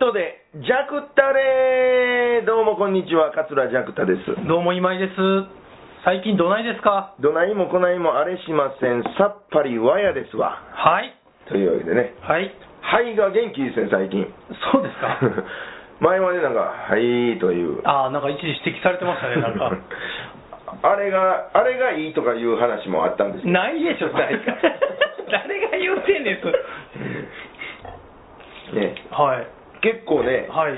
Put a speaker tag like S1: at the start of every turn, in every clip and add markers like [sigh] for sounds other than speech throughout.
S1: ジャクタレーどうもこんにちは、桂ジャクタです。
S2: どうも今井です。最近どないですか
S1: どないもこないもあれしません、さっぱりわやですわ。
S2: はい。
S1: というわけでね、
S2: はい。
S1: 肺が元気ですね、最近。
S2: そうですか
S1: [laughs] 前までなんか、はいという。
S2: ああ、なんか一時指摘されてましたね、なん [laughs] か。
S1: [laughs] あれが、あれがいいとかいう話もあったんですよ
S2: ないでしょ、誰 [laughs] か。誰が言ってんです。
S1: ね、
S2: はい。
S1: 結構ね、
S2: はい。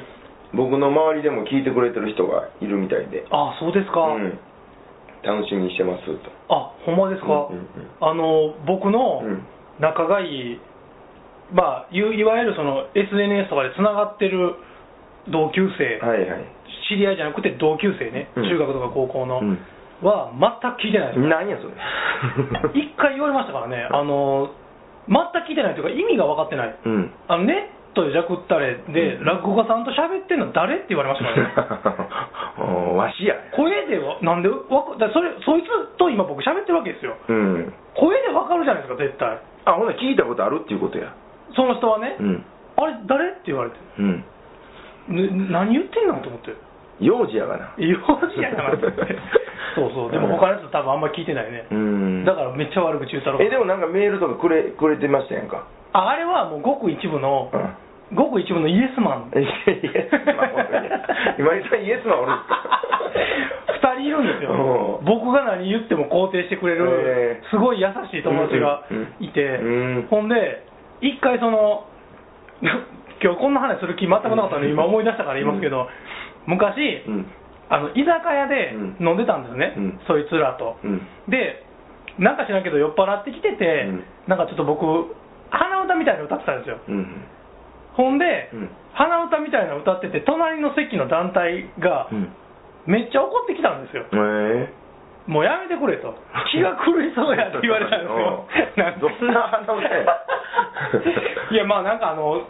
S1: 僕の周りでも聞いてくれてる人がいるみたいで、
S2: ああ、そうですか。
S1: うん、楽しみにしてますと。
S2: あ、ほんまですか。
S1: うんうんうん
S2: あの、僕の
S1: うん
S2: 仲がいい、まあ、いういわゆるその SNS とかでつながってる同級生、
S1: はいはい。
S2: 知り合いじゃなくて同級生ね、
S1: うん
S2: 中学とか高校の、
S1: うん
S2: は全く聞いてないです。
S1: 何やそれ。
S2: [laughs] 一回言われましたからね、あの全く聞いてないというか、意味が分かってない、 [laughs]
S1: うん。
S2: あのネットでジャクったれで、
S1: うん
S2: 落語家さんと喋ってんの誰って言われましたからね、
S1: [laughs] おわしや。
S2: 声では、なんでわか、だからそれそいつと今、僕、喋ってるわけですよ、
S1: うん。
S2: 声で分かるじゃないですか、絶対、
S1: あ、ほな聞いたことあるっていうことや。
S2: その人はね、
S1: うん。
S2: あれ、誰って言われて、
S1: うん。
S2: ね何言ってんのと思って、
S1: [laughs] 幼児やがな。
S2: 幼児やなと思って、そうそう、でも他のやつ、多分あんまり聞いてないね
S1: う、ん。
S2: だからめっちゃ悪口言うたろ
S1: え、でもなんかメールとかくれくれてましたやんか。
S2: ああれはもうごく一部の、
S1: うん。
S2: ごく一部のイエスマン
S1: イエスマン、本当に今井さんイエスマンおるんですか
S2: 2人いるんですよ
S1: う、ん
S2: 僕が何言っても肯定してくれる
S1: へ、え
S2: すごい優しい友達がいて
S1: うんうん、
S2: ほんで、一回、その [laughs] 今日こんな話する気全くなかったので、今思い出したから言いますけど、昔、 [laughs]
S1: うん。
S2: あの居酒屋で
S1: うん
S2: 飲んでたんですよね
S1: うん、
S2: そいつらと。
S1: うん。
S2: で、なんか知らんけど、酔っ払ってきてて
S1: うん、
S2: なんかちょっと僕、鼻歌みたいなの歌ってたんですよ。
S1: うん。
S2: ほんで
S1: うん、
S2: 鼻歌みたいなの歌ってて、隣の席の団体が
S1: う、ん。
S2: めっちゃ怒ってきたんですよ。
S1: え
S2: もうやめてくれ
S1: [laughs]
S2: と、気が狂いそうやと言われたんですよ
S1: うん、
S2: か
S1: どんな鼻歌や
S2: [laughs] いや、まあなんかあの、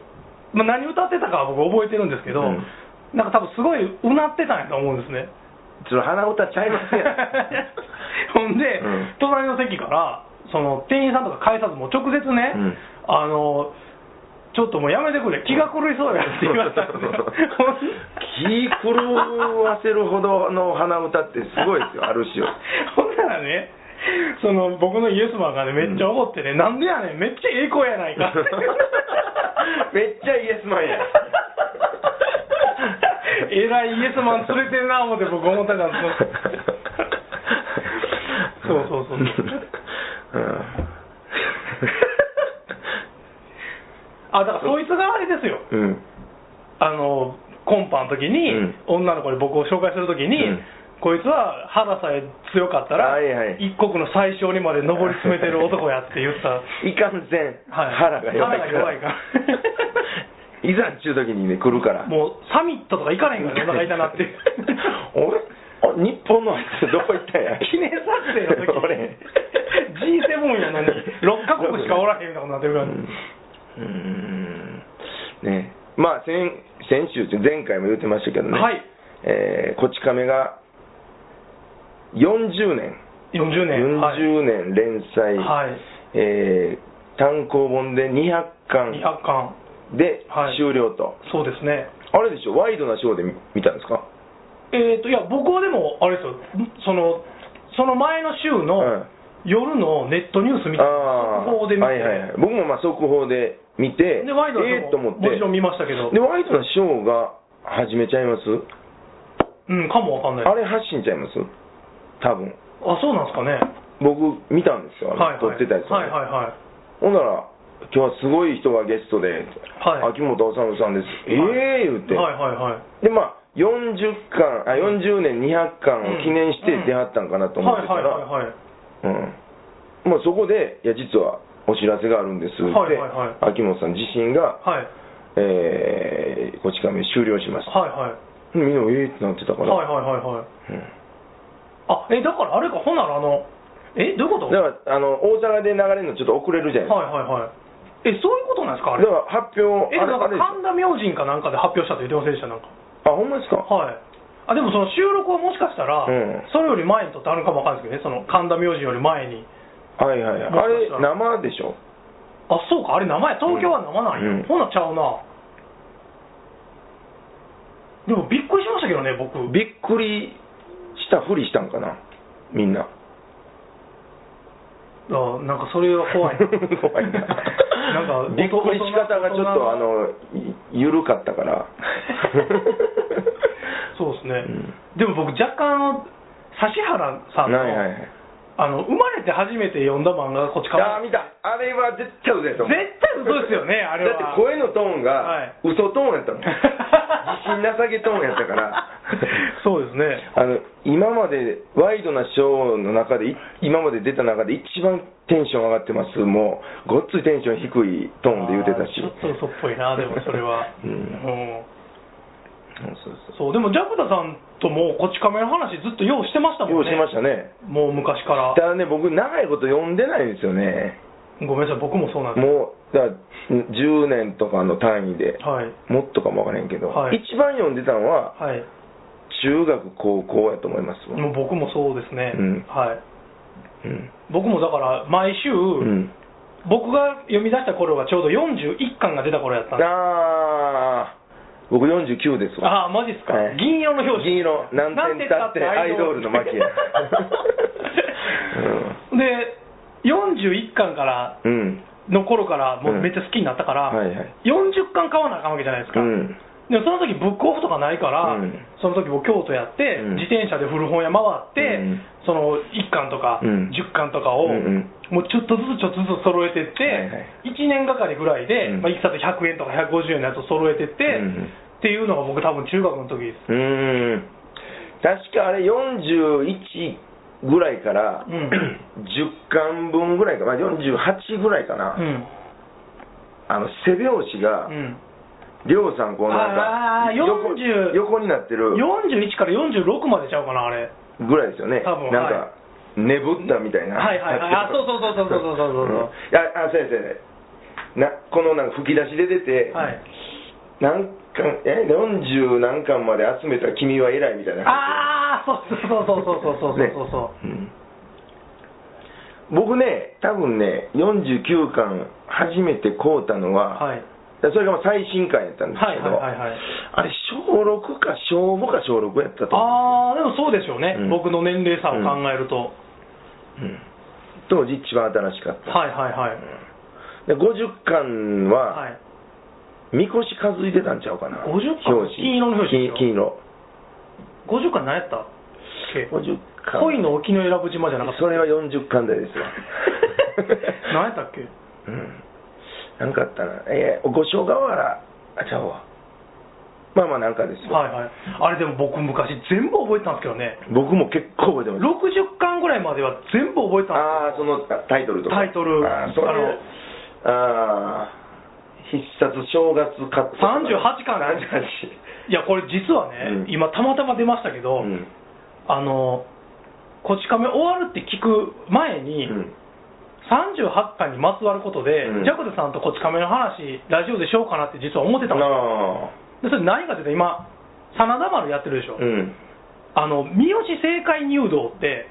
S2: まあ、何歌ってたかは僕、覚えてるんですけど、
S1: うん
S2: なんか多分すごいうなってたんやと思うんですね。
S1: ー、それ鼻歌ちゃいますやん。
S2: [laughs] ほんで、
S1: うん
S2: 隣の席から、その店員さんとか返さず、もう直接ね、
S1: うん
S2: あの、ちょっともうやめてくれ、気が狂いそうやって言われたんですよ。ほん
S1: [laughs] 気狂わせるほどの鼻歌ってすごいですよ、ある種。
S2: ほんならね、その僕のイエスマンがね、めっちゃ怒ってね、なんでやねん、めっちゃええ子やない
S1: [laughs]
S2: かって。
S1: めっちゃイエスマンや。
S2: えらいイエスマン連れてるな思って僕思ってたん
S1: [laughs]
S2: ですよ。そうそうそう。あ、だからそいつがあれですよ。
S1: うん。うん。
S2: あの、コンパの時に、女の子に僕を紹介する時に、
S1: うん
S2: こいつは腹さえ強かったら、
S1: はいは
S2: 一
S1: い
S2: 国の最小にまで上り詰めて
S1: [laughs]
S2: る男やって言った。
S1: いかんせん、
S2: はい
S1: 腹が弱いから。
S2: 腹が弱いから
S1: [laughs] いざっちゅう時にね、来るから。
S2: もうサミットとか行かれへんからお腹痛なって [laughs]
S1: [laughs]
S2: いう
S1: 俺あ日本のあいつどこ行ったんや
S2: [laughs] 記念撮影の時
S1: [laughs] 俺
S2: G7 やのに6カ国しかおらへんようなことになってるから、
S1: うーんねまあ先先週って前回も言ってましたけどね、
S2: はい
S1: えーこち亀が40年、
S2: 40年
S1: 40年連載、
S2: はい、はい、
S1: えー単行本で200
S2: 200
S1: 巻
S2: 巻
S1: で
S2: はい
S1: 終了と、
S2: そうですね
S1: あれでしょ、ワイドなショーで見見たんですか、
S2: えっ、といや僕はでもあれですよそのその前の週
S1: はい
S2: の夜のネットニュースみたいな
S1: あー
S2: 速報で見て、
S1: はいはいはい、僕もまあ速報で見て、
S2: でワイドのショー
S1: えーと思って
S2: もちろん見ましたけど
S1: で、ワイドなショーが始めちゃいます、
S2: うんかもわかんない
S1: あれ発信ちゃいます多分
S2: あそうなんですかね
S1: 僕見たんですよ、あの
S2: はいはい
S1: 撮ってたやつを
S2: は
S1: ね、
S2: いはいはい
S1: ほんなら今日はすごい人がゲストで、
S2: はい
S1: 秋元治さんです、ええ言って、
S2: はいはいはい
S1: でまあ40巻あ40年200巻を記念して出はったんかなと思ってた
S2: は
S1: ら
S2: いはいはいはい
S1: うんまあそこでいや実はお知らせがあるんですって、
S2: はいはいは
S1: 秋元さん自身が、
S2: はい
S1: えーこち亀終了しました
S2: はいはい
S1: みんなええってなってたか
S2: はい
S1: ら、
S2: はいはいはい
S1: うん
S2: あえだからあれかほんならあのえどういうこと
S1: だからあの大阪で流れるのちょっと遅れるじゃないですか、
S2: はいはいはいえそういうことなんですかあ
S1: だ
S2: れ
S1: から発表
S2: え
S1: あ
S2: だ
S1: れ
S2: か
S1: あ
S2: ら
S1: れです
S2: 神
S1: よ
S2: 田明神かなんかで発表したって言ってませんでしたなんか
S1: あほんまですか
S2: はいあでもその収録はもしかしたら、
S1: うん
S2: それより前に撮ってあるかもわかんないですけどねその神田明神より前に
S1: はいはい
S2: も
S1: はいあ
S2: し
S1: れ
S2: かしたら
S1: 生でしょ
S2: あそうかあれ名前東京は名前なんや、
S1: うん
S2: ほなちゃうなでもびっくりしましたけどね、僕。
S1: びっくりしたふりしたんかな、みんな。
S2: あなんかそれは怖い
S1: [laughs] [laughs] 怖いな。
S2: [laughs] なんか
S1: [laughs] びっくりし方がちょっと、あの、い緩かった [laughs] から。
S2: そうですね、
S1: うん
S2: でも僕若干あの指原さんの,、
S1: はいはいはい。
S2: あの生まれて初めて読んだ漫画がこっちか
S1: あ
S2: ら
S1: ー見た。あれは絶対嘘や
S2: 絶
S1: と思う。
S2: 対嘘です
S1: [laughs]
S2: よねあれは
S1: だって声のトーン
S2: は
S1: が
S2: い
S1: 嘘トーンやった [laughs] もん、自信なさげトーンやったから
S2: [laughs] そうですね
S1: あの今までワイドなショーの中でい今まで出た中で一番テンション上がってますもうごっついテンション低いトーンで言うてたし
S2: あーちょっと嘘っぽいなでもそれは
S1: [laughs] うん
S2: うん
S1: そうそう
S2: そうでもジャクダさんともこっち亀の話ずっとようしてました
S1: よ
S2: も
S1: うん
S2: ね
S1: しましたね
S2: もう昔から
S1: ただね僕長いこと読んでないんですよね
S2: ごめんなさい僕もそうなんです
S1: もうだから10年とかの単位で
S2: はい
S1: もっとかもわからへんけど、
S2: はい
S1: 一番読んでたのは
S2: はい
S1: 中学高校やと思いますもん
S2: もう僕もそうですね、
S1: うん
S2: はい
S1: うん
S2: 僕もだから毎週、
S1: うん
S2: 僕が読み出した頃がちょうど41巻が出た頃やったんで
S1: あー僕49ですわ
S2: ああーマジっすか、
S1: はい
S2: 銀色の表紙 [laughs]
S1: 銀色何点たってアイドルの巻や、
S2: で41巻から
S1: うん、うん
S2: の頃からもううんめっちゃ好きになったから、
S1: はいはい
S2: 40巻買わなあかんわけじゃないです
S1: う
S2: か、
S1: ん
S2: でもその時ブックオフとかないから、
S1: うん
S2: その時僕京都やって、
S1: うん
S2: 自転車で古本屋回って、
S1: うん
S2: その1巻とか、
S1: うん
S2: 10巻とかを、
S1: うん
S2: もうちょっとずつちょっとずつ揃えてって、
S1: はいはい
S2: 1年がかりぐらいで、
S1: うん
S2: まあ、1冊100円とか150円のやつを揃えてって、
S1: うん
S2: っていうのが僕多分中学の時です、
S1: うんうん確かあれ41ぐらいから、
S2: うん
S1: 10巻分ぐらいか、まあ、48ぐらいかな、
S2: うん
S1: あの背表紙が、
S2: うん、
S1: りょうさんこう
S2: あー
S1: なんか横
S2: 40
S1: 横になってる
S2: 41から46までちゃうかなあれ
S1: ぐらいですよね
S2: 多分
S1: なん
S2: は
S1: か、ねぶったみたいな
S2: はいはい
S1: [laughs]
S2: はいあそうそうそうそうそうそうそう
S1: うんいやあ先生なこのなんか吹き出しで出て、
S2: はい
S1: 何巻え40何巻まで集めた君は偉いみたいな感
S2: ああそうそうそうそうそうそうそうそうそう、
S1: じで、うん僕ね多分ね49巻初めて買うたのは、
S2: はい
S1: それがまあ最新巻やったんですけど、
S2: はいはいはいはい
S1: あれ小6か小5か小6やったと思う
S2: ああでもそうでしょうね、
S1: うん
S2: 僕の年齢差を考えると、
S1: うん当時一番新しかった、
S2: はいはいはい、
S1: で50巻は、
S2: はい
S1: みこし担いでたんちゃうかな
S2: 50巻
S1: 表紙
S2: 金色の表紙でしょ
S1: 金金色
S2: 50巻何やったっけ
S1: 50巻
S2: 恋の沖永良部島じゃなかった
S1: それは40巻台ですわ
S2: [laughs] 何やったっけ
S1: うんなんかあったなえー、五所川原あちゃうわまあまあなんかですわ、
S2: はいはいあれでも僕昔全部覚えてたんですけどね
S1: 僕も結構覚えてます
S2: 60巻ぐらいまでは全部覚えてたんです
S1: ああそのあタイトルとか
S2: タイトル
S1: あーそれ
S2: あの
S1: あー必殺正月カット
S2: 38巻いやこれ実はね、
S1: うん
S2: 今たまたま出ましたけど、
S1: 38うん
S2: あの「こち亀終わる」って聞く前に、
S1: うん
S2: 38巻にまつわることで、
S1: うん
S2: ジャクダさんとこち亀の話ラジオでしようかなって実は思ってたの
S1: あ
S2: でそれ何かっていうと今真田丸やってるでしょ、
S1: ーうん
S2: あの三好正解入道って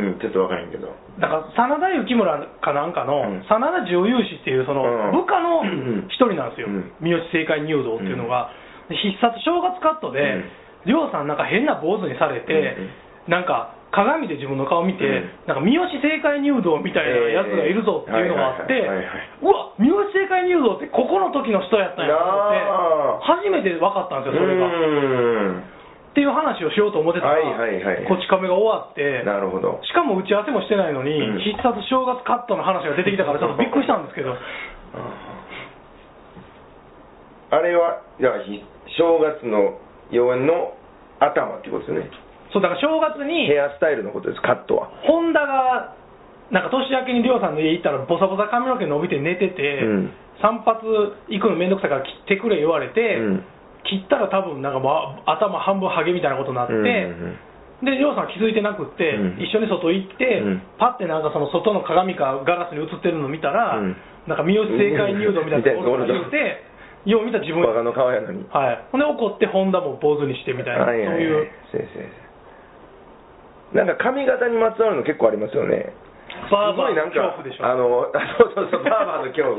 S1: うんちょっとわからへんけど
S2: だから真田幸村かなんかの、
S1: う
S2: 真
S1: ん
S2: 田重勇士っていうその
S1: うん
S2: 部下の
S1: うん
S2: 一人なんですよ、
S1: うん
S2: 三好正解入道っていうのが、で必殺正月カットで、
S1: うん
S2: りょうさんなんか変な坊主にされて、なんか鏡で自分の顔見て、
S1: うん
S2: なんか三好正解入道みたいなやつがいるぞっていうのがあって、
S1: えーはいはいはい
S2: うわ
S1: は
S2: 三好正解入道ってここの時の人やったんやと思って初めて分かったんですよそれが。
S1: う
S2: っていう話をしようと思ってたら、
S1: はいはいはい
S2: こち亀が終わって
S1: ーんなるほど
S2: しかも打ち合わせもしてないのに、
S1: うん
S2: 必殺正月カットの話が出てきたから、ち
S1: [laughs]
S2: ょっとびっくりしたんですけど、
S1: あれはじゃあひ正月の妖艶の頭っていうことですね
S2: そうだから正月に
S1: ヘ、アスタイルのことですカットは
S2: ホンダが、なんか年明けにりょうさんの家行ったら、ボサボサ髪の毛伸びて寝てて、
S1: うん
S2: 散髪行くのめんどくさいから切ってくれ言われて、
S1: うん
S2: 切ったら多分なんかもう頭半分ハゲみたいなことになって。
S1: うんうん
S2: で、りょうさんは気づいてなくって、
S1: うん
S2: 一緒に外行って、
S1: うん
S2: パってなんかその外の鏡かガラスに映ってるの見たら、
S1: うん
S2: なんか三好正解入道みたいなところが
S1: [laughs] うん
S2: 言って、よう見た自分
S1: バカの顔やのに
S2: はい、ほんで怒ってホンダも坊主にしてみたいな、
S1: はいはいはい
S2: そういう
S1: そうですそうですなんか髪型にまつわるの結構ありますよね
S2: バーバー
S1: すごいなんか
S2: 恐怖でしょ
S1: あ
S2: [laughs]
S1: のあそうそうそうバーバーの恐怖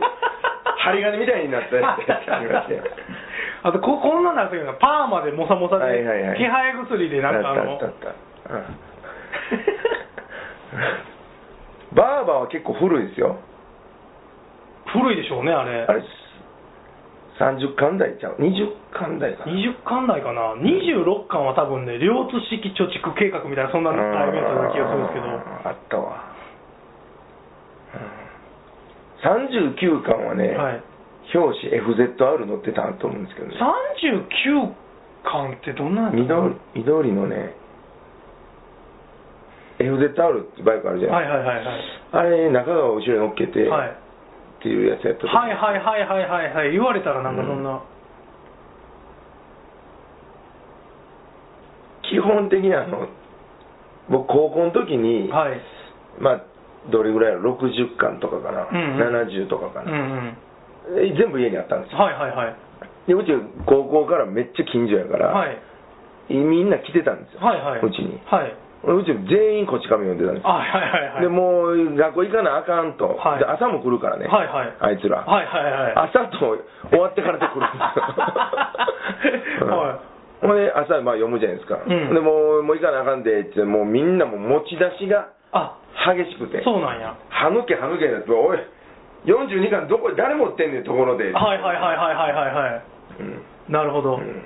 S1: 針金みたいになったやつありましたよ
S2: あとここんなのあったけどパーマでもさもさで、
S1: はいはいはい
S2: 気配薬でなんかあ
S1: あ
S2: の
S1: ったあったあったうんバーバーは結構古いですよ
S2: 古いでしょうねあれ
S1: あれ30巻台ちゃう20巻台かな
S2: 20巻台かな26巻は多分ね両津式貯蓄計画みたいなそんな題名だったような気がするんですけど
S1: あったわ、うん、39巻はね、
S2: はい、
S1: 表紙 FZR 載ってたと思うんですけどね
S2: 39巻ってどんなんやったかな
S1: 緑緑のね FZR ってバイクあるじゃな
S2: はいいはいはいはい
S1: あれ中川を後ろに乗っけて、
S2: はい
S1: っていうやつやったと
S2: はいはいはいはいはいはい言われたらなんかそんな、
S1: 基本的にあの僕高校の時に、
S2: はい
S1: まあどれぐらいやろ60巻とかかな、
S2: うんうん
S1: 70とか
S2: う
S1: か
S2: んう
S1: な、
S2: ん
S1: え全部家にあったんですよ
S2: はいはいはい
S1: でうち高校からめっちゃ近所やから、
S2: はい
S1: みんな来てたんですよ、
S2: はいはいう
S1: ちに
S2: はい
S1: 俺うち全員こち亀読んでたんです
S2: あはいはいはい
S1: よでもう学校行かなあかんと、
S2: はい
S1: で朝も来るからね、
S2: はいはい
S1: あいつら、
S2: はいはいはいはい、
S1: 朝と終わってからと来るんですよ
S2: [laughs] はい
S1: うんほんで朝まあ読むじゃないですか、
S2: うん
S1: でもうもう行かなあかんでってもうみんなもう持ち出しが
S2: あ
S1: 激しくて
S2: そうなんや
S1: 歯抜け歯抜けになっておい42巻どこ誰持ってんねんところで、
S2: はいはいはいはいはいはいは
S1: うん
S2: いなるほど、
S1: うん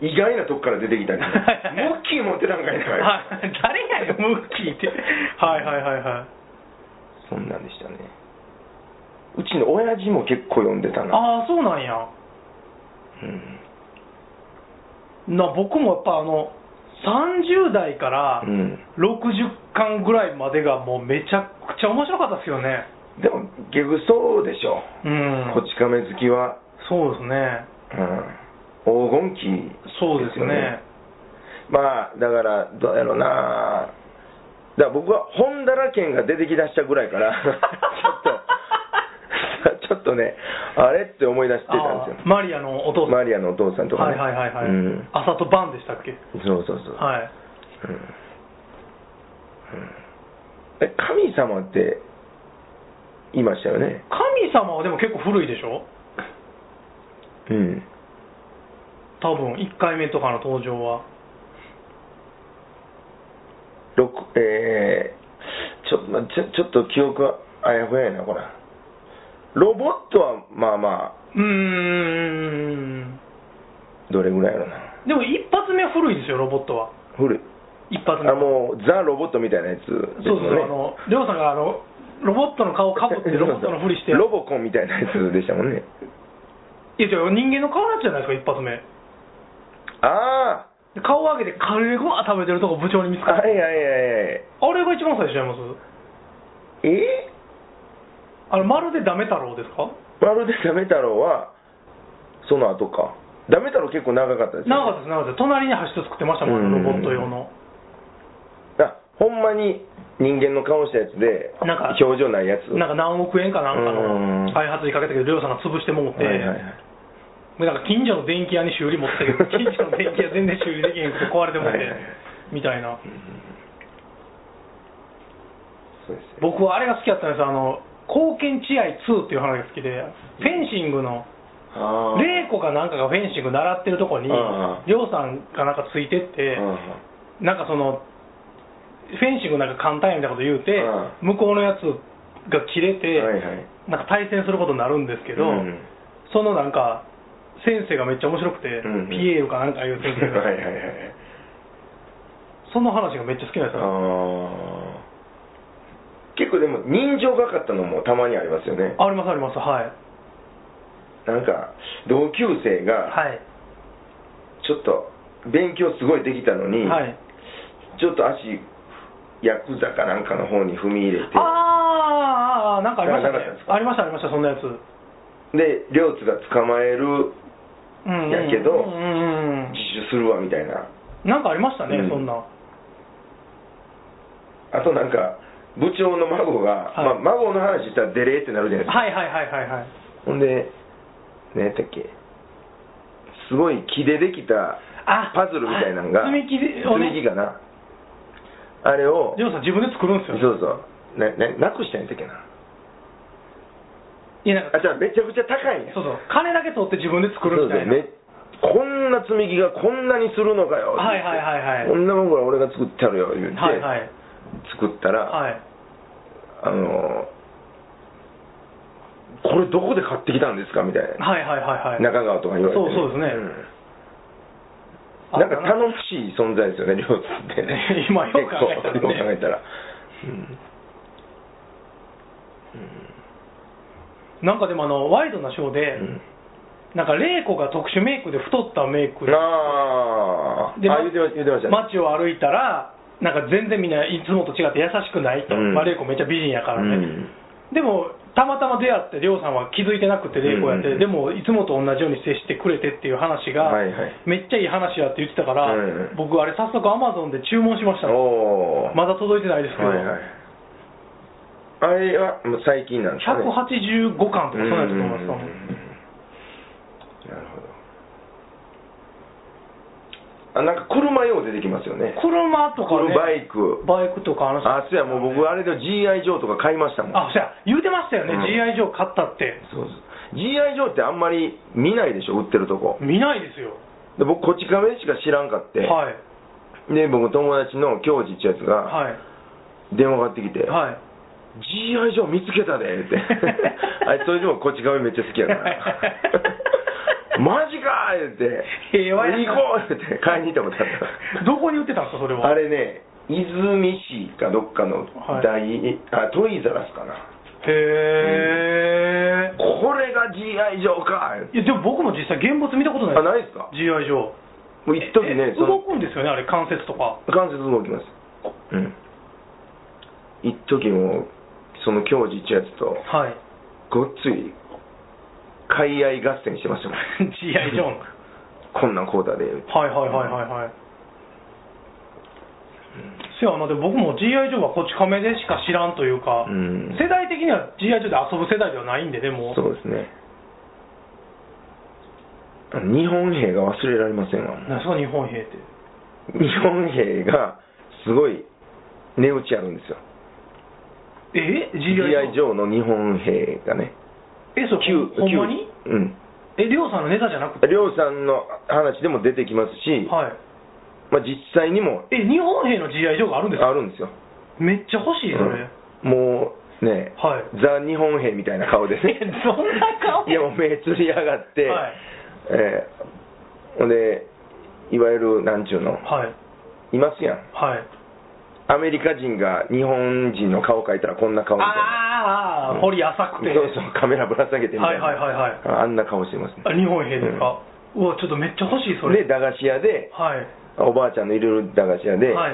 S1: 意外なとこから出てきたりモッキー持ってなんかいな
S2: はい誰やねんムッキーってはいはいはいはい
S1: そんなんでしたねうちの親父も結構読んでたな、
S2: ああそうなんや
S1: うん
S2: な僕もやっぱあの30代から
S1: うん
S2: 60巻ぐらいまでがもうめちゃくちゃ面白かったですよね
S1: でも結局そうでしょ、
S2: うん
S1: こち亀好きは、
S2: そうですね
S1: うん、黄金期
S2: そうです
S1: よ
S2: ね
S1: まあだからどうやろうなだから僕は本だらけんが出てきだしたぐらいから [laughs] ちょっと [laughs] ちょっとねあれって思い出してたんですよ
S2: あーマリアのお父さん
S1: マリアのお父さんとか、
S2: は
S1: ね、
S2: いはいはいはい、
S1: うん、
S2: 朝と晩でしたっけ
S1: そうそうそう、
S2: はい
S1: うんうんえ神様っていましたよね
S2: 神様はでも結構古いでしょ
S1: うん
S2: 多分1回目とかの登場は
S1: 六えー、ちょまちょちょっと記憶があやふややなこれロボットはまあま
S2: うーん
S1: あどれぐらいやろな
S2: でも一発目は古いですよロボットは
S1: 古い
S2: 一発目
S1: あもうザ・ロボットみたいなやつですもんね
S2: そうそうそうあのりょうさんがあのロボットの顔をかぶってロボットのふりして
S1: ロボコンみたいなやつでしたもんね
S2: いや違う人間の顔なんじゃないですか一発目
S1: ああ
S2: で顔を上げてカレーごわ食べてるとこ部長に見つか
S1: は
S2: る
S1: いはいはい
S2: あ
S1: はい
S2: れが一番最初ちゃいます
S1: え
S2: あれまるでダメ太郎ですか
S1: まるでダメ太郎はその後かダメ太郎結構長かったですよね
S2: 長かったです長かったです隣に走って作ってましたもんあの
S1: うん
S2: ロボット用の
S1: あほんまに人間の顔したやつで
S2: なんか
S1: 表情ないやつ
S2: なんか何億円かなんか
S1: うん
S2: の開発にかけたけどりょうさんが潰してもうて、
S1: はいはいはい
S2: でなんか近所の電気屋に修理持ってた
S1: [laughs]
S2: けど近所の電気屋全然修理できへんくて壊れてもう
S1: は
S2: て
S1: いはいはい
S2: みたいな
S1: そうですよ
S2: 僕はあれが好きだったんですあの貢献地愛2っていう花が好きでフェンシングの
S1: あー
S2: 玲子かなんかがフェンシング習ってるとこに
S1: ああ
S2: りょうさんがなんかついてって
S1: うんうん
S2: なんかそのフェンシングなんか簡単やみたいなこと言うて
S1: ああ
S2: 向こうのやつが切れて
S1: はいはい
S2: なんか対戦することになるんですけど、
S1: うん
S2: そのなんか先生がめっちゃ面白くて、
S1: うんうん
S2: ピエールかなんかいう
S1: はい
S2: 先生が
S1: [laughs] はいはいはい
S2: その話がめっちゃ好きなんですよ
S1: あー結構でも人情がかったのもたまにありますよね
S2: ありますありますはい
S1: なんか同級生が
S2: はい
S1: ちょっと勉強すごいできたのに、
S2: はい
S1: ちょっと足ヤクザかなんかの方に踏み入れて
S2: あーあーあーなんかありましたね
S1: なんかなかったですか
S2: ありましたありましたそんなやつう
S1: で両津が捕まえる
S2: んうん
S1: やけど
S2: うんうんうん
S1: 自首するわみたいな
S2: なんかありましたね、
S1: うん
S2: そんな
S1: あとなんか部長の孫が、
S2: はい
S1: まあ、孫の話したらデレーってなるじゃないですか、
S2: はいはいはいはいはい
S1: ほんで何やったっけすごい木でできた
S2: あ
S1: パズルみたいなのが
S2: あ積み木でをね
S1: 積み木かなあれを
S2: りょうさん自分で作るんです
S1: そ
S2: よ
S1: うそうなななくしたんやったっけない
S2: やなんか
S1: あじゃあめちゃくちゃ高いんや
S2: そうそう金だけ取って自分で作るみたいな
S1: そうそうめっこんな積み木がこんなにするのかよって言って
S2: はいはいはいはい
S1: こんなもんぐらい俺が作ってやるよ言って、
S2: はいはい
S1: 作ったら、
S2: はい
S1: あのこれどこで買ってきたんですかみたいな、
S2: はいはいはいはい
S1: 中川とか言われて、
S2: そうそうですね
S1: うんなんか
S2: あ。
S1: 楽しい存在ですよね、両津ってね
S2: [laughs] 今よく考えたらね
S1: 結構よく考えたら。うん
S2: なんかでもあのワイドなショーで、
S1: うん
S2: なんか玲子が特殊メイクで太ったメイクで
S1: あー
S2: で
S1: あ、言ってま言ってまし
S2: 街
S1: たね。
S2: を歩いたらなんか全然みんないつもと違って優しくないと、
S1: うん
S2: まあ、玲子めっちゃ美人やからね、
S1: うん
S2: でもたまたま出会って亮さんは気づいてなくて玲子やって、
S1: う
S2: で
S1: ん
S2: もいつもと同じように接してくれてっていう話が、
S1: はいはい
S2: めっちゃいい話やって言ってたから、
S1: うん
S2: 僕あれ早速アマゾンで注文しました
S1: おー
S2: まだ届いてないですけど、
S1: はいはい、あれはもう最近なんですかね
S2: 185巻とかそんなんやったと思います、
S1: うんうんうんなるほどあなんか車用出てきますよね
S2: 車とかね
S1: バイク
S2: バイクとかあの
S1: あそうやもう僕あれで GI ジョーとか買いましたもん
S2: あそうや言うてましたよね、
S1: うん
S2: GI ジョー買ったって
S1: そうそう GI ジョーってあんまり見ないでしょ売ってるとこ
S2: 見ないですよ
S1: で僕こっち亀しか知らんかって、
S2: はい
S1: で僕友達の教授ってやつが
S2: はい
S1: 電話がかってきて、
S2: はい
S1: GI ジョー見つけたでって [laughs] あいつそれでもこっち側めっちゃ好きやから [laughs] マジかーって
S2: 平和やな
S1: 行こうって買いに行ったことあ
S2: どこに売ってたんですかそれ
S1: ったあ
S2: は
S1: れね泉市かどっかの大、あトイザラスかな
S2: へえ、
S1: これが GI ジョーかーって
S2: いやでも僕も実際現物見たことない
S1: あないですか
S2: GI 上
S1: もう一時ねそ
S2: 動
S1: の
S2: くんですよねあれ関節とか
S1: 関節動きますうん一時もうその教授ってやつと
S2: はい [laughs]
S1: ごっつい海愛合戦してましたもん
S2: GI 上の
S1: [laughs] こんなんこうだで言うて
S2: はいはいはいはいはいせやなでも僕も GI 上はこち亀でしか知らんというか、
S1: うん
S2: 世代的には GI 上で遊ぶ世代ではないんででも
S1: そうですね。日本兵が忘れられませんわ。
S2: なんですか日本兵って
S1: 日本兵がすごい値打ちあるんですよ。
S2: え
S1: GI
S2: GI
S1: ジ
S2: 上
S1: ョーの日本兵がね。
S2: えそう
S1: 旧
S2: ほんまに
S1: 旧うん。
S2: えりょうさんのネタじゃなくて
S1: りょうさんの話でも出てきますし、
S2: はい
S1: まあ、実際にも
S2: え日本兵の GI 上があるんです
S1: あ
S2: か
S1: るんですよ。
S2: めっちゃ欲しいそれ、
S1: うんもうね、
S2: はい
S1: ザ・日本兵みたいな顔で
S2: え
S1: ね。
S2: [laughs] そんな顔
S1: いやもう目つり上がって、
S2: はい
S1: えーほんで、いわゆるなんちゅうの、
S2: はい
S1: いますやん。
S2: はい
S1: アメリカ人が日本人の顔描いたらこんな顔みたいな。
S2: ああ、堀浅くて。
S1: そうそう、カメラぶら下げてみたいな。
S2: はいはいはいはい
S1: あんな顔してますね
S2: あ。日本兵ですか。うわ、ちょっとめっちゃ欲しい、そ
S1: で、
S2: れ。
S1: 駄菓子屋で、
S2: はい。
S1: おばあちゃんのいる駄菓子屋で、
S2: はい。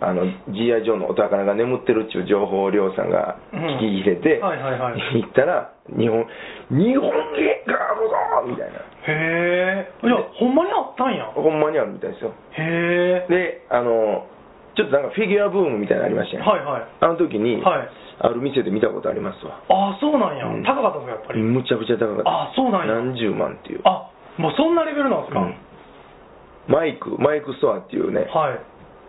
S1: あの、GI 上のお宝が眠ってるっていう情報をりょうさんが聞き入れて、
S2: うんはいはいはい
S1: 行ったら、日本、日本兵があるぞみたいな。
S2: へえ。いや、ほんまにあったんや。
S1: ほんまにあるみたいですよ。
S2: へえ。
S1: で、あの、ちょっとなんかフィギュアブームみたいなのありましたよ、
S2: はいはい。
S1: あの時に、
S2: はい
S1: ある店で見たことありますわ。
S2: ああ、そうなんや。
S1: うん
S2: 高かったんですか、やっぱり。
S1: むちゃくちゃ高かった。
S2: ああ、そうなんや。
S1: 何十万っていう。
S2: あ、もうそんなレベルなんですか。
S1: うんマイク、マイクストアっていうね、
S2: はい。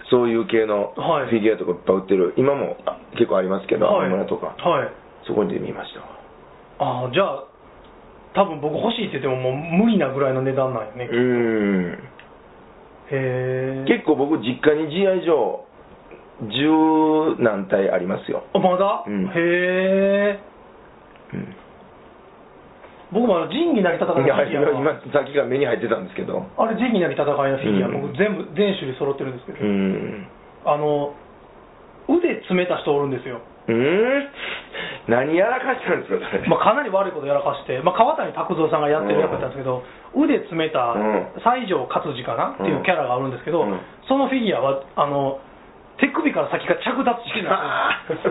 S1: そういう系のフ
S2: はい
S1: ィギュアとかいっぱい売ってる、今もあ結構ありますけど、
S2: はい
S1: アマムラとか、
S2: はい。
S1: そこで見ましたわ。
S2: ああ、じゃあ、多分僕欲しいって言ってももう無理なぐらいの値段なんやね。へ
S1: うん
S2: え。
S1: 結構僕、実家に GI 上、十何体ありますよ。
S2: あまだ、
S1: うん
S2: へえ。
S1: うん
S2: 僕もあの仁義なき戦いの
S1: い
S2: フ
S1: や
S2: ィギュアが
S1: 今、さっきが目に入ってたんですけど、
S2: あれ仁義なき戦いのフィギュア、
S1: うん
S2: 僕全部全種類揃ってるんですけど、
S1: うん、
S2: あの腕詰めた人おるんですよ、
S1: うん、何やらかしたんですか、それ。
S2: まあ、かなり悪いことやらかして、まあ、川谷拓三さんがやってる役だったんですけど、腕詰めた
S1: うん
S2: 西条勝治かなっていうキャラがあるんですけど、
S1: うん
S2: そのフィギュアはあの手首から先が着脱式なん
S1: あ
S2: です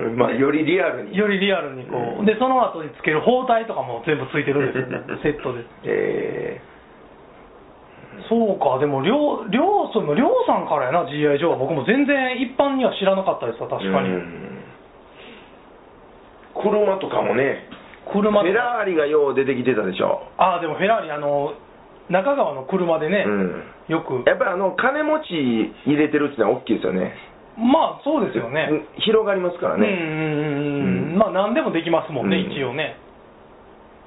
S2: よ
S1: ー [laughs] まあ、よりリア [laughs] ルに。
S2: よりリアルにこう、
S1: うん
S2: でその後につける包帯とかも全部ついてるんですよねセットで
S1: えー
S2: そうかでもりょうりょうそのりょうさんからやな GI 上は僕も全然一般には知らなかったですわ確かに、
S1: うん車とかもね、フ
S2: 車とか
S1: ェラーリがよう出てきてたでしょ、
S2: ああでもフェラーリあの中川の車でね、
S1: うん、
S2: よく
S1: やっぱりあの金持ち入れてるってのは大きいですよね、
S2: まあそうですよね
S1: うん広がりますから
S2: うんうんう
S1: ね、
S2: んうんまあ何でもできますもんね、
S1: うん
S2: 一応ね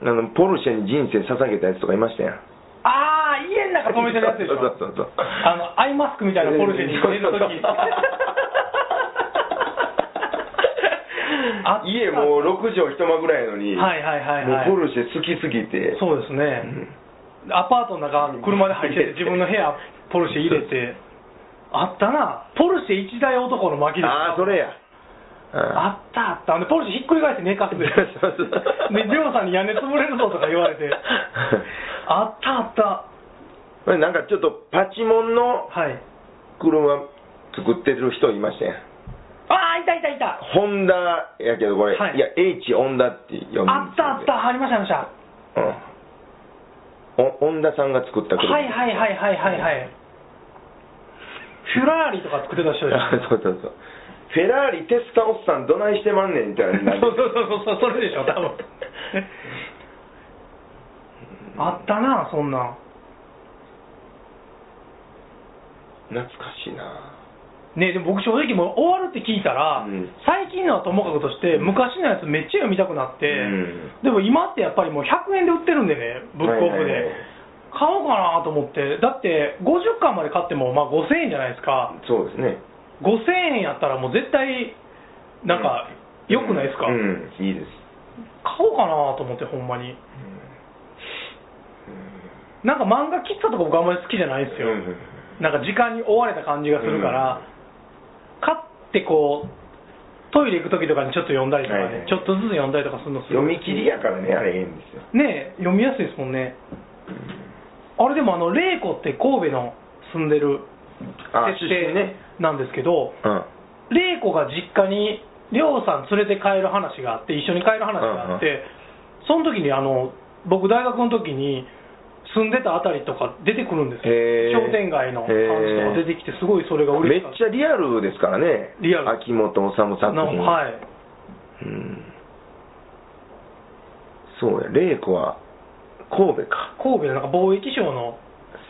S1: あのポルシェに人生捧げたやつとかいましたやん
S2: ああ、家の中止めてるやつでしょ。
S1: そうそうそう
S2: あの、アイマスクみたいなポルシェに入れると [laughs] き。あった
S1: 家もう6畳一間ぐらいやのに、
S2: はいはいはいはい
S1: もうポルシェ好きすぎて
S2: そうですね。アパートの中、車で入ってて、自分の部屋、ポルシェ入れて。あったな。ポルシェ一台男の巻きです。
S1: ああそれやあ
S2: あったあった。あのポルシェひっくり返して寝かす
S1: [laughs]
S2: で。
S1: そうそうそう
S2: で、りょうさんに屋根潰れるぞとか言われ
S1: [laughs]
S2: て。あったあった。
S1: これなんかちょっとパチモンの
S2: はい。
S1: 車作ってる人いましたやん
S2: ああ、いたいたいた。
S1: ホンダやけどこれ、
S2: はい
S1: い、や H ホンダって読む
S2: あったあった、ありましたありました。
S1: うんおホンダさんが作った車
S2: はいはいはいはいはいはい。フェラーリとか作ってた人でしょ
S1: あ [laughs] [laughs] そうそうそうフェラーリテスタおっさんどないしてまんねんみたいな
S2: [laughs] そうそうそうそう、それでしょ、多分。あったな、そんなん。
S1: 懐かしいな
S2: ねでも僕正直もう終わるって聞いたら、
S1: うん
S2: 最近のはともかくとして昔のやつめっちゃ読みたくなって、
S1: うん
S2: でも今ってやっぱりもう100円で売ってるんでねブックオフ
S1: はいはいはい
S2: で、買おうかなと思ってだって50巻まで買ってもまあ5000円じゃないですか
S1: そうですね
S2: 5000円やったらもう絶対なんか良くないですか、
S1: うん、うんいいです
S2: 買おうかなと思ってほんまになんか漫画喫茶とか僕あんまり好きじゃないんですよ、
S1: うん
S2: なんか時間に追われた感じがするから、買ってこうトイレ行く時とかにちょっと読んだりとか
S1: はいは
S2: ね、
S1: い
S2: ちょっとずつ読んだりとかするのすご
S1: 読
S2: い
S1: み切りやからねあれいいんですよ
S2: ねえ読みやすいですもんねあれでもあの玲子って神戸の住んでる
S1: あ
S2: 設
S1: 出身ね
S2: 定なんですけど
S1: うん
S2: 玲子が実家に亮さん連れて帰る話があって一緒に帰る話があって、
S1: う
S2: その時にあの僕大学の時に住んでたあたりとか出てくるんですよ
S1: へえ
S2: 商店街の感じとか出てきてすごいそれが
S1: め
S2: 嬉
S1: っ
S2: しかった
S1: ちゃリアルですからね
S2: リアル
S1: 秋元治作品
S2: なはい
S1: うんそうや玲子は神戸か
S2: 神戸でなんか貿易商の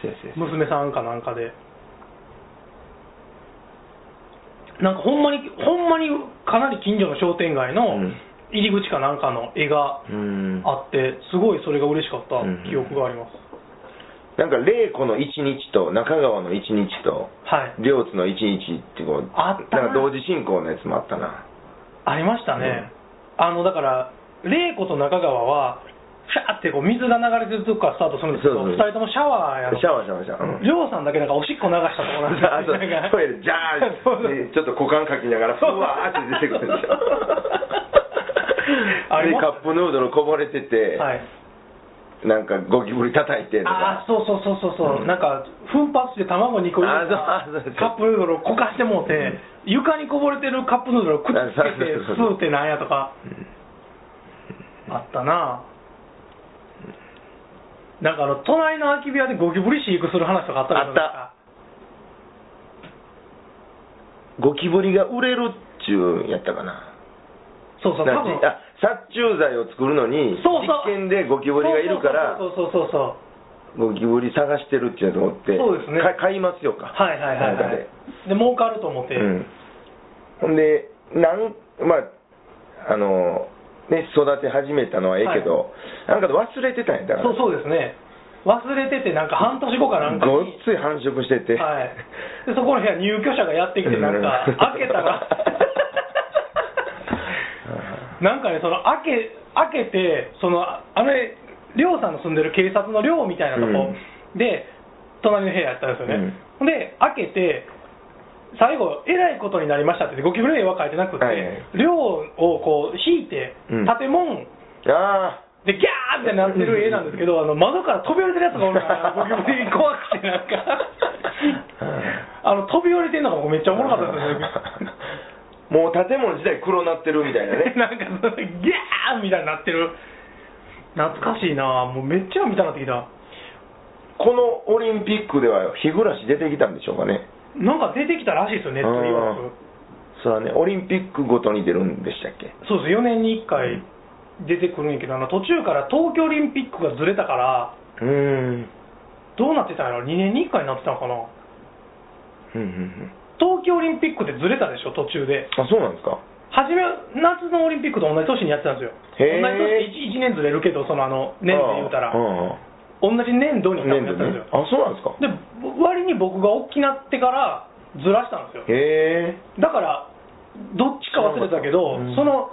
S1: せやせやせや
S2: 娘さんかなんかでなんかほんまにほんまにかなり近所の商店街の
S1: うん
S2: 入り口かなんかの絵が
S1: うん
S2: あってすごいそれが嬉しかった
S1: うん
S2: 記憶があります、
S1: なんか玲子の一日と中川の一日と
S2: はい
S1: 両津の一日ってこう
S2: あったな
S1: なんか同時進行のやつもあったな
S2: ありましたね、あのだから玲子と中川はシャーってこう水が流れてるとこからスタートするんですけど
S1: そう
S2: 2
S1: そう
S2: 人ともシャワーやろ
S1: シャワーシャワーシャワーうん
S2: りょうさんだけなんかおしっこ流したところ
S1: あ
S2: なん
S1: と
S2: ですよなんか
S1: トイレジャー
S2: [laughs] そうそう
S1: ンちょっと股間かきながらふわーって出てくるんですよ
S2: あり [laughs]
S1: で
S2: ましたね
S1: カップヌードルこぼれてて、
S2: はい
S1: なんかゴキブリ叩いてと
S2: ああ
S1: か
S2: そうそうそうそうそう、
S1: うん
S2: なんか奮発して卵2個入れた
S1: あそうそうそう
S2: カップヌードルをこかしてもうて、床にこぼれてるカップヌードルをくっつけて
S1: あそうそうそう
S2: 吸うてなんやとか、あったななんかあの隣の空き部屋でゴキブリ飼育する話とかあったじゃないですか
S1: ゴキブリが売れるっちゅうんやったかな
S2: そうそう
S1: な
S2: 多
S1: ん
S2: 分
S1: かあ殺虫剤を作るのに
S2: そうそう
S1: 実験でゴキブリがいるから
S2: そうそうそうそうそう
S1: ゴキブリ探してるっていうのをって
S2: そうですね
S1: か買いますよか
S2: はいはいはい
S1: なん
S2: は
S1: か
S2: い
S1: で
S2: で儲かると思って、
S1: うん、ほんでなんまああのね育て始めたのはええけど、なんか忘れてたんやだから
S2: そうそうですね忘れててなんか半年後かなんかに
S1: ごっつい繁殖してて、
S2: はい、でそこの部屋、入居者がやってきて、なんか
S1: うん、
S2: 開けた
S1: [laughs]
S2: ら、なんかね、その開け開けて、そのああれ、寮さんの住んでる警察の寮みたいなとこ、で、隣の部屋やったんですよね、ほんで、開けて、最後、えらいことになりましたって、ゴキブリは書いてなくて、
S1: はいはい
S2: 寮をこう引いて
S1: うん、
S2: 建物、
S1: あ
S2: で、ギャーってなってる絵なんですけど、あの窓から飛び降りてるやつがおるから、ゴキブリ怖くて、なんか、あの飛び降りてるのが僕めっちゃおもろかったですね。
S1: あ [laughs] もう建物自体黒なってるみたいな [laughs] ね
S2: なんかその、ギャーみたいになってる、懐かしいな、もうめっちゃ見たなってきた、
S1: このオリンピックでは日暮らし出てきたんでしょうかね
S2: なんか出てきたらしいですよ、ネットに
S1: あーそれはねオリンピックごとに出るんでしたっけ
S2: そうです、4年に1回出てくるんやけど、あの途中から東京オリンピックがずれたから、
S1: うーん
S2: どうなってたんやろ、2年に1回になってたのかな、
S1: うんうんうん
S2: 東京オリンピックでずれたでしょ、途中で。
S1: あそうなんですか
S2: 初め、夏のオリンピックと同じ年にやってたんですよ。
S1: へ
S2: 同
S1: ー
S2: じ年1、1年ずれるけど、そのあの、年で言うたら、
S1: うん
S2: 同じ年度に多分
S1: 年
S2: やった
S1: 度
S2: んで
S1: ね
S2: すよ。
S1: あそうなんですか
S2: で、割に僕が大きなってからずらしたんですよ。
S1: へえ
S2: だから、どっちか忘れたけど、
S1: うん
S2: その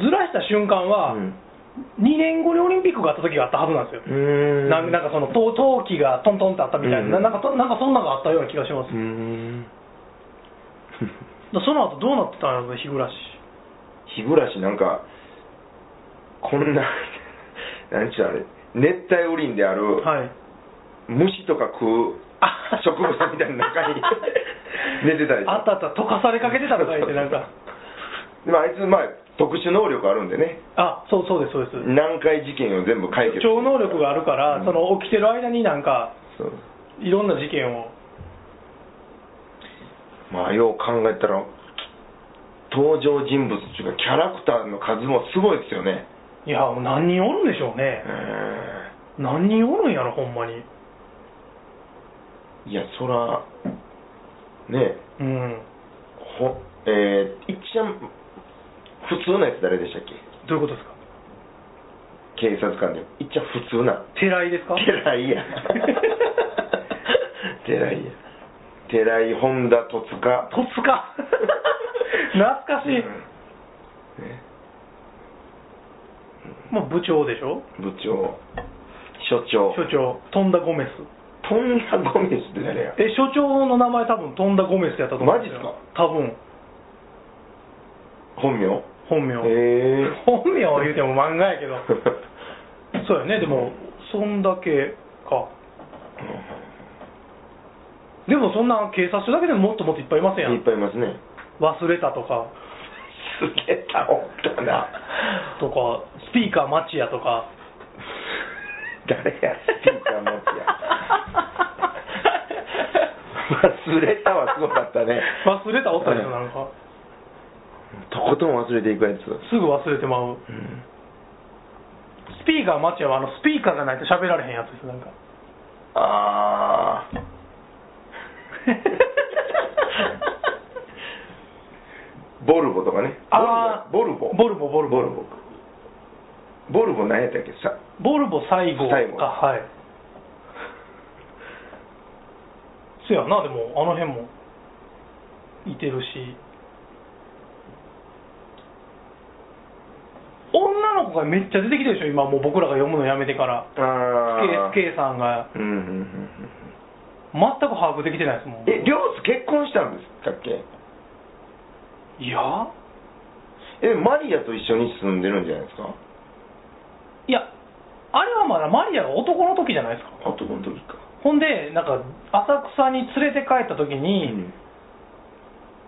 S2: ずらした瞬間は、
S1: うん
S2: 2年後にオリンピックがあった時があったはずなんですよ。
S1: うん
S2: なんなんかその冬冬季がトントンってあったみたいな、
S1: うん
S2: なんかとなんかそんなのがあったような気がします、
S1: うーん
S2: だからその後どうなってたんやろうね、日暮らし。
S1: 日暮らしなんかこんな [laughs] なんちゅうのあれ熱帯雨林である、
S2: はい、
S1: 虫とか食う
S2: あ
S1: 植物みたい
S2: [laughs]
S1: な中に寝てたり
S2: あったあった、溶かされかけてたとか言って、なんか、
S1: でもあいつまあ特殊能力あるんでね
S2: あそうそうです、そうです、
S1: 南海事件を全部解決
S2: 超能力があるから、
S1: うん
S2: その起きてる間になんか、
S1: そう
S2: いろんな事件を、
S1: まあよう考えたら登場人物っていうかキャラクターの数もすごいですよね
S2: いや、もう何人おるんでしょうね、
S1: う
S2: 何人おるんやろ、ほんまに。
S1: んいやそらね
S2: うん、
S1: ほえー、一番普通なやつ誰でしたっけ
S2: どういうことですか、
S1: 警察官でも一番普通な
S2: 寺井ですか
S1: 寺
S2: [laughs]
S1: 井や寺井や寺井本田戸塚
S2: 戸塚 [laughs] 懐かしい、
S1: うんね
S2: もう部長でしょ
S1: 部長所長
S2: 所長飛んだゴメス
S1: トンダゴミスって誰や
S2: え所長の名前多分飛んだゴメスやったと思うんよ
S1: マジっ
S2: 多分
S1: 本名へ
S2: 本名、
S1: え
S2: [laughs] 本名は言うても漫画やけ
S1: [laughs]
S2: どそうやねでもそんだけかでもそんな警察署だけでももっともっといっぱいいますや
S1: いっ
S2: ん
S1: ぱいいますね
S2: 忘れたとか
S1: すげえ倒ったな
S2: とかスピーカー町やと
S1: [laughs]
S2: か
S1: 誰やスピーカー持ちや忘れたはすごかったね
S2: 忘れたおったでしょなんか
S1: とことん忘れていくやつ、
S2: すぐ忘れてまう
S1: うん
S2: スピーカー待ちはあのスピーカーがないと喋られへんやつです
S1: [laughs]
S2: なんか [laughs]
S1: ああボルボとかね
S2: あー
S1: ボルボ
S2: ボルボボルボ
S1: ボルボボルボ何やったっけさ
S2: ボルボ最後
S1: 最後
S2: かはいそやなでもあの辺もいてるし女の子がめっちゃ出てきてるでしょ今もう僕らが読むのやめてから
S1: あー
S2: SK さんが
S1: うんうんうんうん
S2: 全く把握できてないですもん
S1: え、りょうす結婚したんですかっけ
S2: いや
S1: え、マリアと一緒に住んでるんじゃないですか
S2: いやあれはまだマリアが男の時じゃないですか
S1: 男の時か。
S2: ほんでなんか浅草に連れて帰った時
S1: う
S2: に、
S1: ん。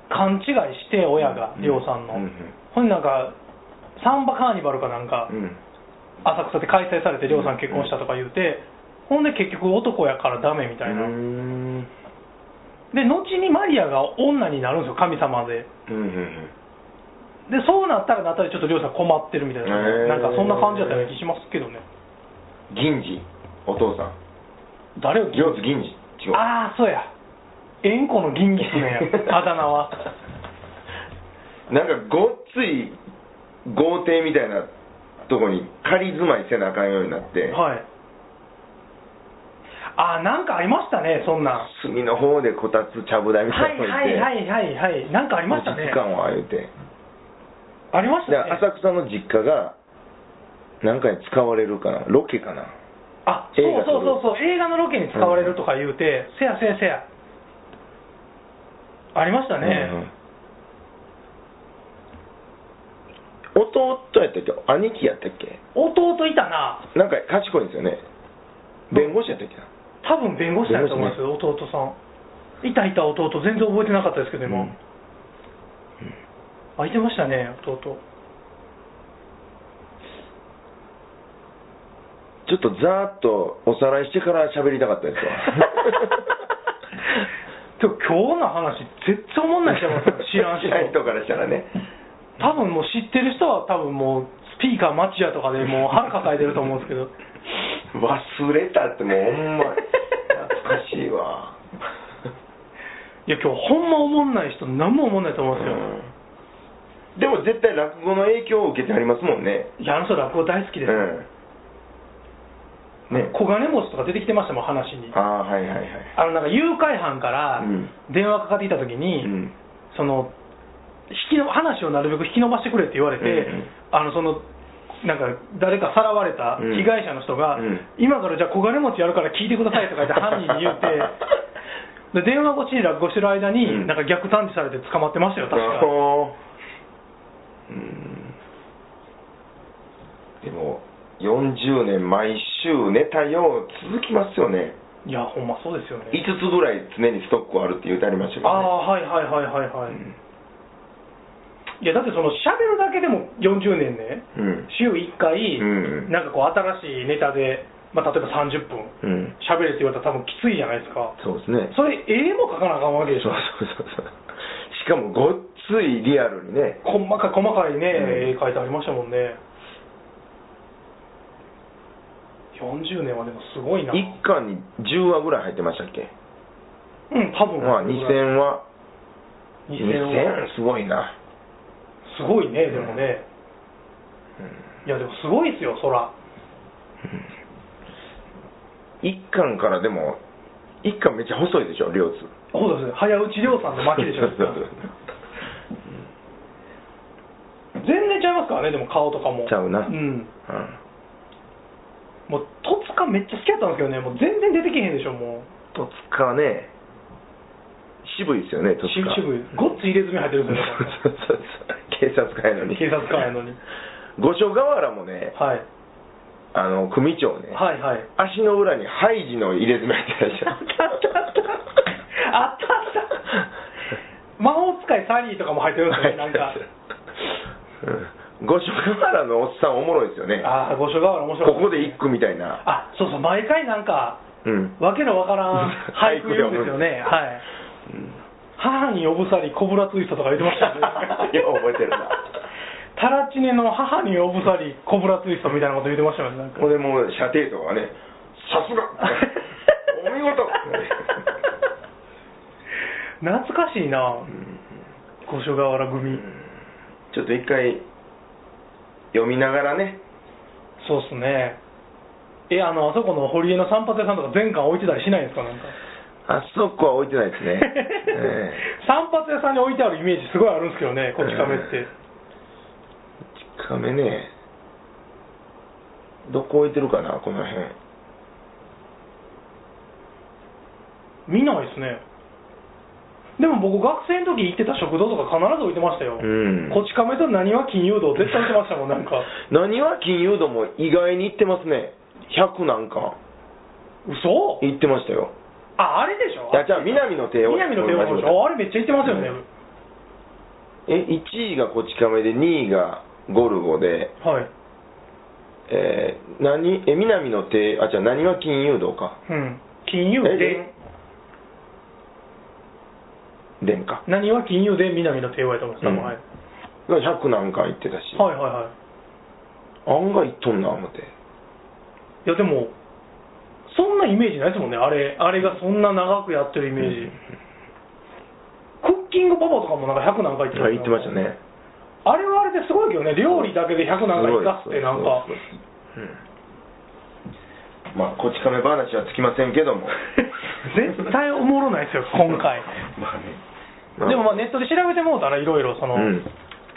S2: 勘違いして親が
S1: うん
S2: りょうさんの、
S1: うんうん
S2: ほんでなんかサンバカーニバルかなんか、
S1: うん。
S2: 浅草で開催されてりょうさん結婚したとか言うて、ほんで結局男やからダメみたいな、
S1: うーん。
S2: で後にマリアが女になるんですよ神様で
S1: うんうんうん。
S2: でそうなったらなったらちょっとりょうさん困ってるみたいな、
S1: へー
S2: なんかそんな感じだったような気しますけどね
S1: 銀次、お父さん。
S2: 誰を
S1: りょうす銀次。違う。
S2: ああそうや縁故の銀ギス
S1: [laughs]
S2: ねあだ名は
S1: なんかごっつい豪邸みたいなとこに仮住まいせなあかんようになって、
S2: はいああなんかありましたねそんなん
S1: 隅の方でこたつちゃぶ台み
S2: は
S1: たい
S2: い
S1: なの
S2: はいはいいはいはい、なんかありましたね。
S1: 時間をあえて。
S2: ありました
S1: だか
S2: ね
S1: ら。浅草の実家が何かに使われるかなロケかな
S2: あ、そう
S1: 映画
S2: そうそうそう、映画のロケに使われるとか言うて、せやせやせや。ありました
S1: うんう
S2: ね。
S1: ん弟やったっけ兄貴やったっけ
S2: 弟いたな。
S1: なんか賢いんですよね弁護士やったっけな
S2: 多分弁護士だと思いますよ、弟さん。いたいた弟、全然覚えてなかったですけど、今。
S1: うん
S2: あ、いてましたね、弟。
S1: ちょっとざーっとおさらいしてから喋りたかったですわ
S2: でも今日の話、絶対思んないじゃん、 [laughs] 知 [laughs] らん人
S1: 知。らん人からしたらね
S2: 多分もう知ってる人は、多分もう、スピーカー町屋とかでもう腹抱えてると思うんですけど。
S1: 忘れたってもうほんま懐かしいわ
S2: いや今日ほんま思んない人何も思んないと思うんですよ、
S1: うんでも絶対落語の影響を受けてありますもんね。
S2: いや、あの人落語大好きです。
S1: うん。ね。
S2: 小金持ちとか出てきてましたもん、話に。
S1: ああ、はいはいはい。
S2: あの、なんか、誘拐犯から
S1: うん
S2: 電話かかってきたとき
S1: う
S2: に、
S1: ん。
S2: その、引きの、話をなるべく引き伸ばしてくれって言われて、
S1: うんうん
S2: あの、その、なんか誰かさらわれた
S1: うん
S2: 被害者の人が、
S1: うん
S2: 今からじゃあ小金持ちやるから聞いてくださいとか言って犯人に言って、で
S1: [laughs]
S2: 電話越しに落語してる間に、
S1: うん
S2: なんか逆探知されて捕まってましたよ、確
S1: あ
S2: か。
S1: ーうん。でも、40年毎週ネタよう続きますよね。
S2: いや、ほんまそうですよね。
S1: 5つぐらい常にストックあるって言うてありましたけ
S2: あ
S1: どね。
S2: あ、はいはいはいはいはい。
S1: うん
S2: いや、だってその喋るだけでも40年ね、
S1: うん。
S2: 週1回、
S1: うん
S2: なんかこう、新しいネタで、まあ、例えば30分、
S1: うん。
S2: 喋れって言われたら、多分きついじゃないですか。
S1: そうですね。
S2: それ、絵も描かなあかんわけでし
S1: そう
S2: ょ。
S1: そうそうそう。しかもごっついリアルにね。
S2: 細かい、細かいね、
S1: うん
S2: 絵描いてありましたもんね。40年はでもすごいな。
S1: 1巻に10話ぐらい入ってましたっけ
S2: うん、多分。
S1: まあ2000話。
S2: 2000
S1: 2000すごいな。
S2: すごいね、でもね。いや、でもすごいですよ、そら。
S1: 1巻からでも、1巻めっちゃ細いでしょ、両津。。
S2: そうですね、早打ち亮さんの負けでしょ
S1: [laughs] そうそうそう
S2: 全然ちゃいますからね、でも顔とかも。
S1: ちゃうな
S2: うん。
S1: うん
S2: もう、戸塚めっちゃ好きやったんですけどね、もう全然出てけへんでしょ、もう。
S1: 戸塚はね、渋いですよね、戸
S2: 渋
S1: 塚。
S2: 々。ごっつ入れ墨入ってるん
S1: [laughs] そう
S2: ですよね
S1: そうそう警察官やのに。
S2: 警察官やのに。
S1: 五所川原もね、
S2: はい。
S1: あの組長ね、
S2: はいはい。
S1: 足の裏にハイジの入れ墨入ってらっし
S2: あ
S1: ゃ
S2: っ
S1: る。
S2: たあったあった。あったあ
S1: [laughs]
S2: った。魔法使いサリーとかも入ってるんですよね、なんか。
S1: うん五所川原のおっさんおもろいですよね。
S2: ああ、五所川原面白い。
S1: ここで一句みたいな。
S2: あ、そうそう、毎回なんか、
S1: うん。
S2: わけのわから
S1: [laughs]
S2: ん俳句言うんですよね。はい。母に呼ぶさり、コブラツイストとか言ってましたよね。
S1: [laughs] よう覚えてるな。
S2: タラチネの母に呼ぶさり、コブラツイストみたいなこと言ってましたよね。
S1: [laughs]
S2: なんか
S1: これもう射程とかね、さすがお
S2: [laughs]
S1: 見事
S2: 懐かしいな、五所川原組、
S1: ちょっと一回読みながらね、
S2: そうっすねえあのあそこの堀江の散髪屋さんとか全巻置いてたりしないんですかなんか、
S1: あそこは置いてないです
S2: [laughs]
S1: ね。ええ
S2: 散髪屋さんに置いてあるイメージすごいあるんですけどねこっち亀って、
S1: カメね、どこ置いてるかな、この辺。
S2: 見ないですねでも僕学生の時行ってた食堂とか必ず置いてましたよ、
S1: うん
S2: こっち亀と何は金融道絶対置いてましたもんなんか
S1: [laughs] 何は金融度も意外に行ってますね。100なんか
S2: 嘘
S1: 行ってましたよ。
S2: ああれでしょ
S1: いや、じゃあ南の帝王。
S2: 南の帝王でしょあれめっちゃ行ってますよね、
S1: え、1位がこち亀で、2位がゴルゴで、
S2: はい
S1: えー何、え、南の帝、あ、じゃあ何は金融道か。
S2: うん金融
S1: え
S2: で、
S1: 殿下。
S2: 何は金融で南の帝王やと思ってたもん、
S1: うん
S2: はい、
S1: が100何回行ってたし、
S2: はいはいはい
S1: 案外行っとんな、思って。
S2: いやでもそんなイメージないですもんねあれあれがそんな長くやってるイメージ、クッキングパパとかもなんか100何回
S1: あ行ってましたね。
S2: あれはあれですごいけどね料理だけで100何回行かってなんか
S1: すごいですうんまあ、こち亀話はつきませんけ
S2: [laughs]
S1: ども。
S2: 絶対おもろないですよ今
S1: [laughs]
S2: 回
S1: まあね。
S2: でもまあネットで調べてもうたらいろいろその、
S1: うん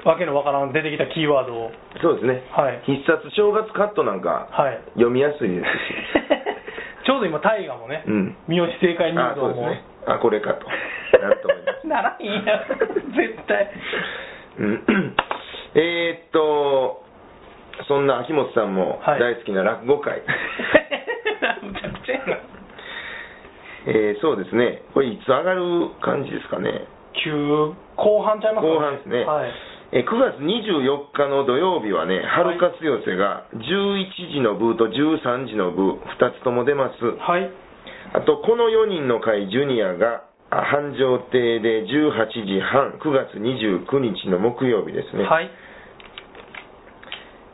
S2: わけのわからん出てきたキーワード
S1: [laughs]
S2: を
S1: そうですね。
S2: はい
S1: 必殺正月カットなんか、
S2: はい
S1: 読みやすいですし。
S2: ちょうど今大河も [laughs] ね、
S1: うん
S2: 三好正解入
S1: あ、そ
S2: 道
S1: うです
S2: も
S1: ね。あ、これかと。なると思います。
S2: [laughs] ならんやん絶
S1: [laughs]
S2: 対
S1: うん [laughs] えーっと、そんな秋元さんも
S2: はい
S1: 大好きな落
S2: [laughs]
S1: 語会、
S2: むちゃくちゃやな
S1: えーそうですね、これ、いつ上がる感じですかね、
S2: 9後半ちゃいますか
S1: 後半ですね、
S2: はい、
S1: えー9月24日の土曜日はね、春活寄せが11時の部と13時の部、2つとも出ます、
S2: はい、
S1: あと、この4人の会、ジュニアがあ繁盛亭で18時半、9月29日の木曜日ですね。
S2: はい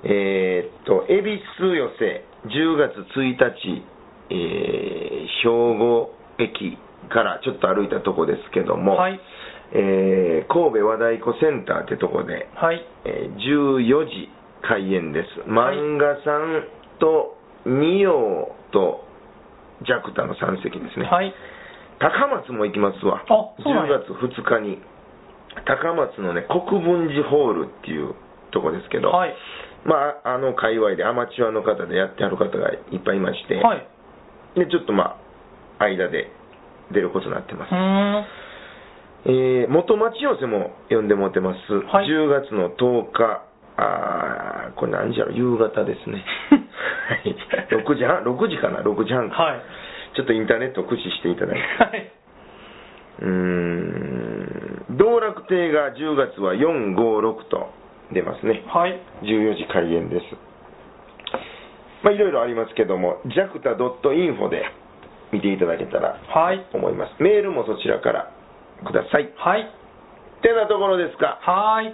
S1: えーっと、恵比寿寄せ、10月1日、えー兵庫駅からちょっと歩いたとこですけども、
S2: はい
S1: えー神戸和太鼓センターってとこで、
S2: はい。
S1: えー14時開演です漫画さんと二葉とジャクタの3席ですね、
S2: はい。
S1: 高松も行きますわ
S2: あそうなんや
S1: 10月2日に高松のね国分寺ホールっていうとこですけど、
S2: はい。
S1: まああの界隈でアマチュアの方でやってはる方がいっぱいいまして、
S2: はい。
S1: でちょっとまあ間で出ることになってます
S2: うー、ん。
S1: えー元町寄せも呼んでもらってます、
S2: はい
S1: 10月の10日あーこれ何時やろ夕方で
S2: [laughs]
S1: すねはい6時半6時かな6時半か、
S2: はい。
S1: ちょっとインターネットを駆使していただいて
S2: はい。
S1: うーん道楽亭が10月は456と出ますね
S2: はい。
S1: 14時開演ですまあいろいろありますけども jacta.info で見ていただけたら
S2: はい。
S1: と思いますメールもそちらからください
S2: はい。
S1: てなところですか
S2: はい。